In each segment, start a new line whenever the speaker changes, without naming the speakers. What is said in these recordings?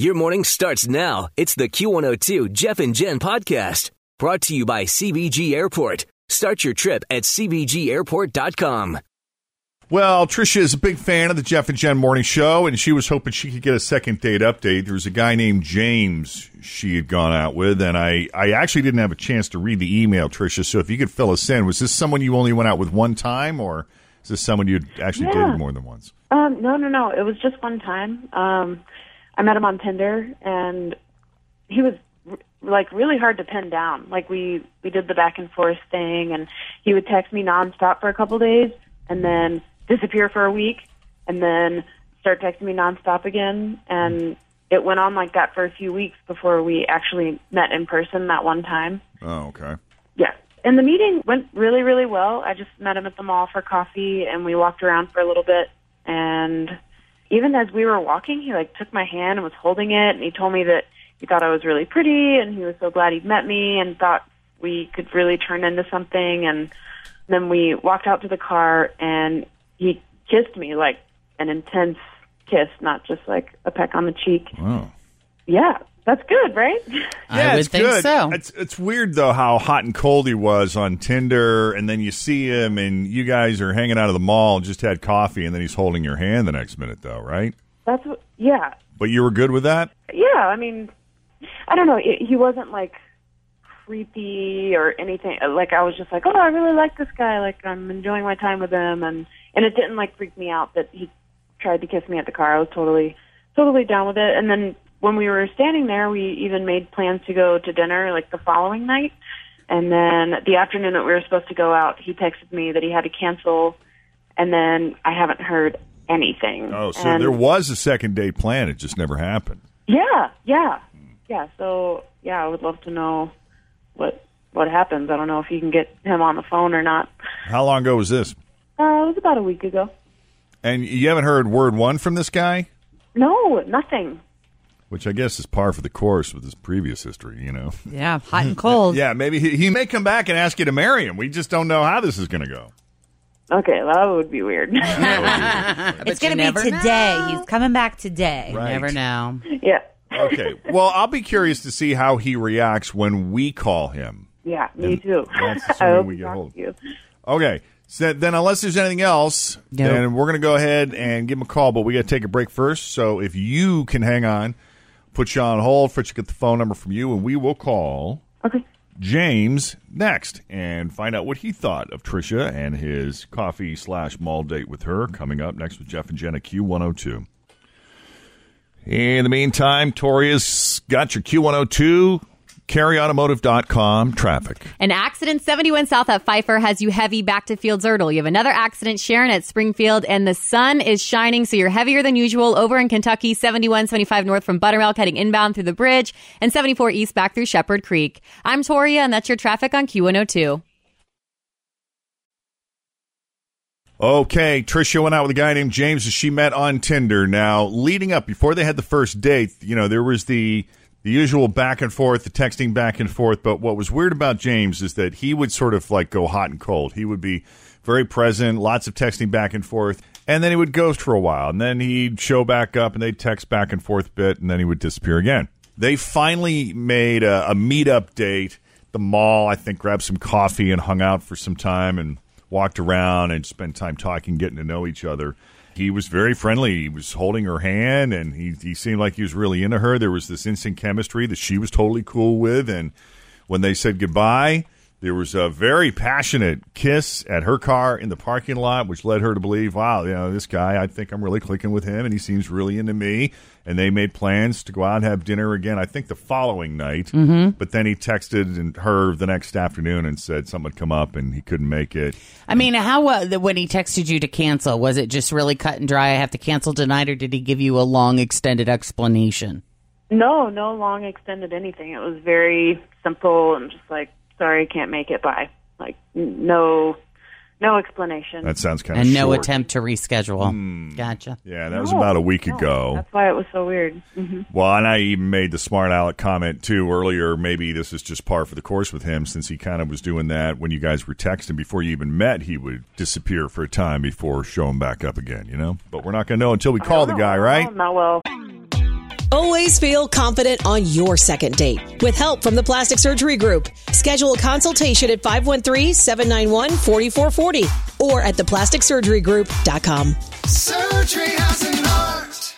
Your morning starts now. It's the Q102 Jeff and Jen podcast brought to you by CBG Airport. Start your trip at CBGAirport.com.
Well, Tricia is a big fan of the Jeff and Jen Morning Show, and she was hoping she could get a second date update. There was a guy named James she had gone out with, and I, I actually didn't have a chance to read the email, Tricia. So if you could fill us in, was this someone you only went out with one time, or is this someone you actually
Yeah.
dated more than once?
Um, no, no, no. It was just one time. Um, I met him on Tinder, and he was r- like really hard to pin down. Like we we did the back and forth thing, and he would text me nonstop for a couple days, and then disappear for a week, and then start texting me nonstop again. And it went on like that for a few weeks before we actually met in person that one time.
Oh, okay.
Yeah. And the meeting went really, really well. I just met him at the mall for coffee and we walked around for a little bit. And even as we were walking, he like took my hand and was holding it. And he told me that he thought I was really pretty and he was so glad he'd met me and thought we could really turn into something. And then we walked out to the car and he kissed me like an intense kiss, not just like a peck on the cheek.
Wow.
Yeah. That's good, right?
Yeah,
Oh. I would
it's
think
good.
so.
It's it's weird though how hot and cold he was on Tinder, and then you see him, and you guys are hanging out of the mall, and just had coffee, and then he's holding your hand the next minute, though, right?
That's what, yeah.
But you were good with that.
yeah, I mean, I don't know. It, he wasn't like creepy or anything. Like I was just like, oh, I really like this guy. Like I'm enjoying my time with him, and and it didn't like freak me out that he tried to kiss me at the car. I was totally totally down with it. And then when we were standing there, we even made plans to go to dinner like the following night. And then the afternoon that we were supposed to go out, he texted me that he had to cancel, and then I haven't heard anything.
Oh, so
And-
there was a second day plan. It just never happened.
yeah, yeah,
Hmm.
yeah. So yeah, I would love to know what what happens. I don't know if you can get him on the phone or not.
How long ago was this?
Uh, it was about a week ago.
And you haven't heard word one from this guy,
No, nothing.
which I guess is par for the course with his previous history. You know.
Yeah, hot and cold.
Yeah, maybe he, he may come back and ask you to marry him. We just don't know how this is going to go.
Okay, that would be weird.
It's going to be today. He's coming back today.
Right.
Never know.
yeah,
okay. Well, I'll be curious to see how he reacts when we call him.
yeah, me too.
that's
I
assuming
hope
we
to
get
talk
hold.
to you.
Okay. So then, unless there's anything else,
Nope.
then we're going to go ahead and give him a call. But we got to take a break first. So if you can hang on, put you on hold. Fritz, get the phone number from you, and we will call
Okay.
James next and find out what he thought of Trisha and his coffee slash mall date with her. Coming up next with Jeff and Jenna Q one hundred two. In the meantime, Tori has got your Q102, carryautomotive.com traffic.
An accident 71 south at Pfeiffer has you heavy back to Fields Ertl. You have another accident, Sharon, at Springfield, and the sun is shining, so you're heavier than usual over in Kentucky, 71, 75 north from Buttermilk, heading inbound through the bridge, and 74 east back through Shepherd Creek. I'm Toria, and that's your traffic on Q102.
Okay, Trisha went out with a guy named James that she met on Tinder. Now, leading up before they had the first date, you know, there was the the usual back and forth, the texting back and forth, but what was weird about James is that he would sort of like go hot and cold. He would be very present, lots of texting back and forth, and then he would ghost for a while, and then he'd show back up and they'd text back and forth a bit, and then he would disappear again. They finally made a, a meetup date the mall, I think, grabbed some coffee and hung out for some time and walked around and spent time talking, getting to know each other. he was very friendly. He was holding her hand, and he he seemed like he was really into her. There was this instant chemistry that she was totally cool with, and when they said goodbye, there was a very passionate kiss at her car in the parking lot, which led her to believe, wow, you know, this guy, I think I'm really clicking with him, and he seems really into me. And they made plans to go out and have dinner again, I think the following night. But then he texted and her the next afternoon and said someone had come up and he couldn't make it.
I mean, how uh, the- when he texted you to cancel, was it just really cut and dry? I have to cancel tonight, or did he give you a long, extended explanation?
No, no long extended anything. It was very simple and just like, sorry, can't make it. Bye. Like n- no, no explanation.
That sounds kind
And
of
no
short.
attempt to reschedule.
Hmm.
Gotcha.
Yeah, that was
No,
about a week
no.
ago.
That's why it was so weird. hmm
Well, and I even made the smart aleck comment too earlier. Maybe this is just par for the course with him, since he kind of was doing that when you guys were texting before you even met. He would disappear for a time before showing back up again, you know. But we're not going to know until we call the guy, right?
Not well.
Always feel confident on your second date with help from the Plastic Surgery Group. Schedule a consultation at 513-791-4440 or at theplasticsurgerygroup.com.
Surgery has an art.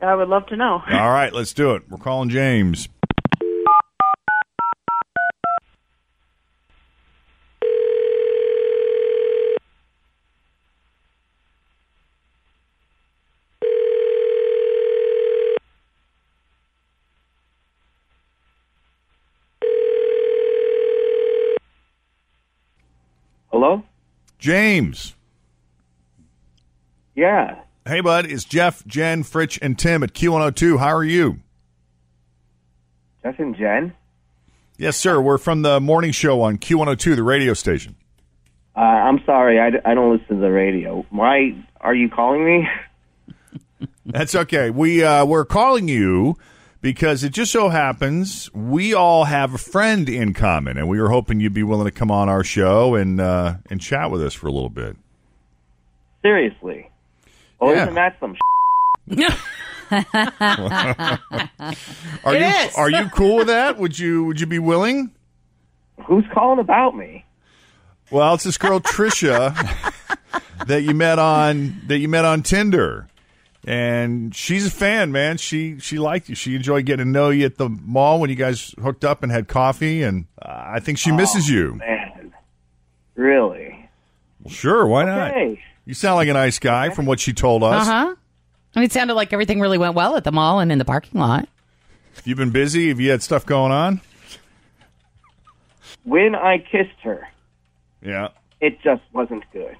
I would love to know.
All right, let's do it. We're calling James.
Hello?
James.
Yeah.
Hey, bud. It's Jeff, Jen, Fritch, and Tim at Q102. How are you?
Jeff and Jen?
Yes, sir. We're from the morning show on Q102, the radio station.
Uh, I'm sorry, I, d- I don't listen to the radio. Why are you calling me?
That's okay. We uh, we're calling you because it just so happens we all have a friend in common, and we were hoping you'd be willing to come on our show and uh, and chat with us for a little bit.
Seriously. Oh,
Yeah.
isn't that some
Are
It
you
is.
are you cool with that? Would you would you be willing?
sh-? Who's calling about me?
Well, it's this girl Trisha that you met on that you met on Tinder. And she's a fan, man. She she liked you. She enjoyed getting to know you at the mall when you guys hooked up and had coffee. And uh, I think she
Oh.
misses you.
Man. Really?
Well, sure, why not?
Hey.
You sound like a nice guy from what she told
Uh
us.
huh. I mean, it sounded like everything really went well at the mall and in the parking lot.
You've been busy. Have you had stuff going on?
When I kissed her,
Yeah.
it just wasn't good.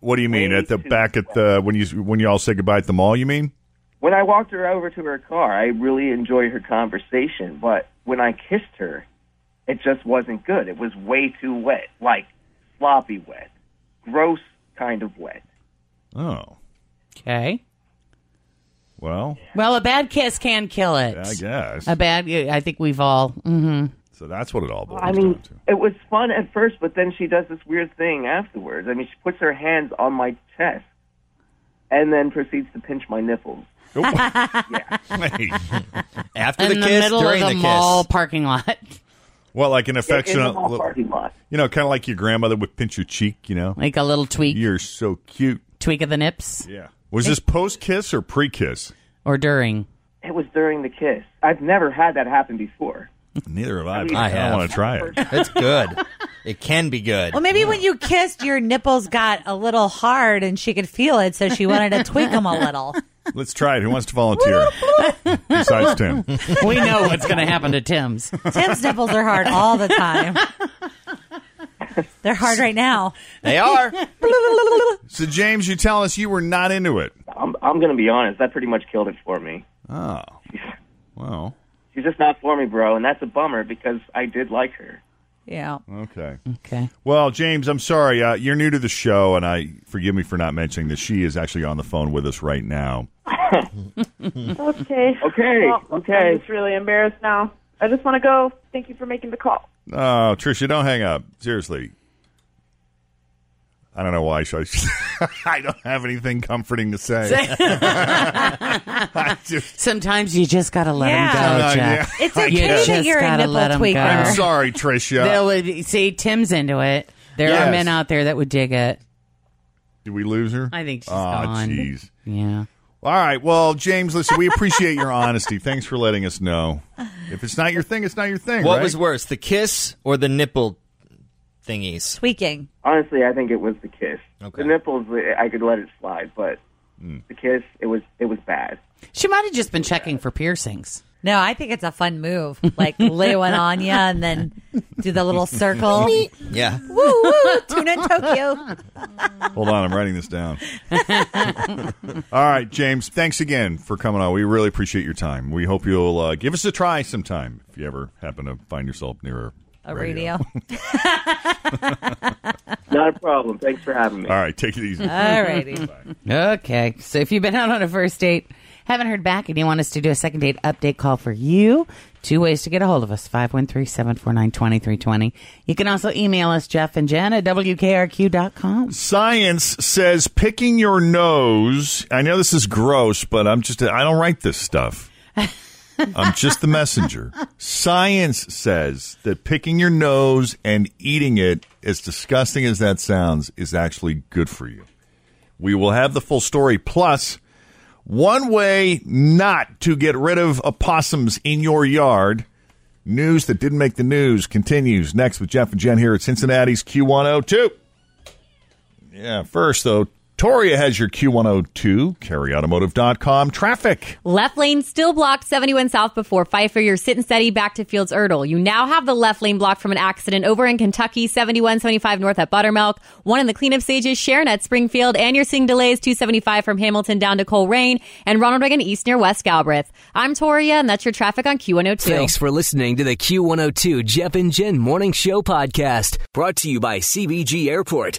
What do you mean
Way
at the
too
back at the when you when you all say goodbye at the mall? You mean?
When I walked her over to her car, I really enjoyed her conversation, but when I kissed her, it just wasn't good. It was way too wet, like sloppy wet, gross kind of wet.
Oh,
Okay.
well,
Well, a bad kiss can kill it.
I guess.
A bad. I think we've all. hmm
So that's what it all boils
I mean,
down to.
it was fun at first, but then she does this weird thing afterwards. I mean, she puts her hands on my chest and then proceeds to pinch my nipples.
Wait.
After
In
the
the
kiss,
middle of
during
the,
the,
mall
kiss.
parking lot.
well, like an
In the
affectionate,
mall
li-
parking lot.
you know, kind of like your grandmother would pinch your cheek. You know,
Like a little tweak,
you're so cute.
tweak of the nips,
Yeah. Was this post kiss or pre kiss?
or during.
It was during the kiss. I've never had that happen before.
Neither have I.
mean,
but I,
I
kind
have.
of want to try it.
It's good. it can be good.
Well, maybe when you kissed, your nipples got a little hard and she could feel it, so she wanted to tweak them a little.
Let's try it. Who wants to volunteer? Besides Tim.
We know what's going to happen to Tim's.
Tim's nipples are hard all the time. They're hard right now.
they are.
So James, you tell us you were not into it.
I'm, I'm going to be honest. That pretty much killed it for me.
Oh. Well.
She's just not for me, bro, and that's a bummer because I did like her.
Yeah.
Okay.
Okay.
Well, James, I'm sorry. Uh, you're new to the show, and I forgive me for not mentioning that she is actually on the phone with us right now.
Okay.
Okay,
Well,
okay.
I'm just really embarrassed now. I just want to go. Thank you for making the call.
Oh, Trisha, don't hang up. Seriously. I don't know why. Should I, I don't have anything comforting to say. I just,
Sometimes you just got to let him
Yeah.
go,
Uh,
Jeff.
yeah.
It's
I
okay
guess.
that
just
you're a
gotta
nipple
let 'em go.
tweaker.
I'm sorry,
Uh,
Trisha.
They'll see Tim's into it. There
Yes.
are men out there that would dig it.
Did we lose her?
I think she's
Aw,
gone.
jeez.
Yeah.
All right. Well, James, listen, we appreciate your honesty. Thanks for letting us know. If it's not your thing, it's not your thing.
What
right?
was worse, the kiss or the nipple thingies?
Tweaking.
Honestly, I think it was the kiss.
Okay.
The nipples, I could let it slide, but the kiss, it was it was bad.
She might have just been checking for piercings.
No, I think it's a fun move. Like lay one on you and then do the little circle. woo
Yeah.
woo! Tune in Tokyo.
Hold on, I'm writing this down. All right, James, thanks again for coming on. We really appreciate your time. We hope you'll uh, give us a try sometime if you ever happen to find yourself near
A radio.
Not a problem. Thanks for having me.
All right, take it easy.
Alrighty.
Okay. So if you've been out on a first date, haven't heard back, and you want us to do a second date update call for you, two ways to get a hold of us 513 749 2320. You can also email us, Jeff and Jen at WKRQ.com.
Science says picking your nose. I know this is gross, but I'm just, I don't write this stuff. I'm just the messenger. Science says that picking your nose and eating it, as disgusting as that sounds, is actually good for you. We will have the full story. Plus, one way not to get rid of opossums in your yard. News that didn't make the news continues next with Jeff and Jen here at Cincinnati's Q102. Yeah, first, though, Toria has your Q102, carryautomotive.com traffic.
Left lane still blocked 71 South before Pfeiffer. You're sitting steady back to Fields Ertl. You now have the left lane blocked from an accident over in Kentucky, 7175 North at Buttermilk. One in the cleanup stages, Sharon at Springfield. And you're seeing delays 275 from Hamilton down to Colerain and Ronald Reagan East near West Galbraith. I'm Toria, and that's your traffic on Q102.
Thanks for listening to the Q102 Jeff and Jen Morning Show podcast brought to you by CBG Airport.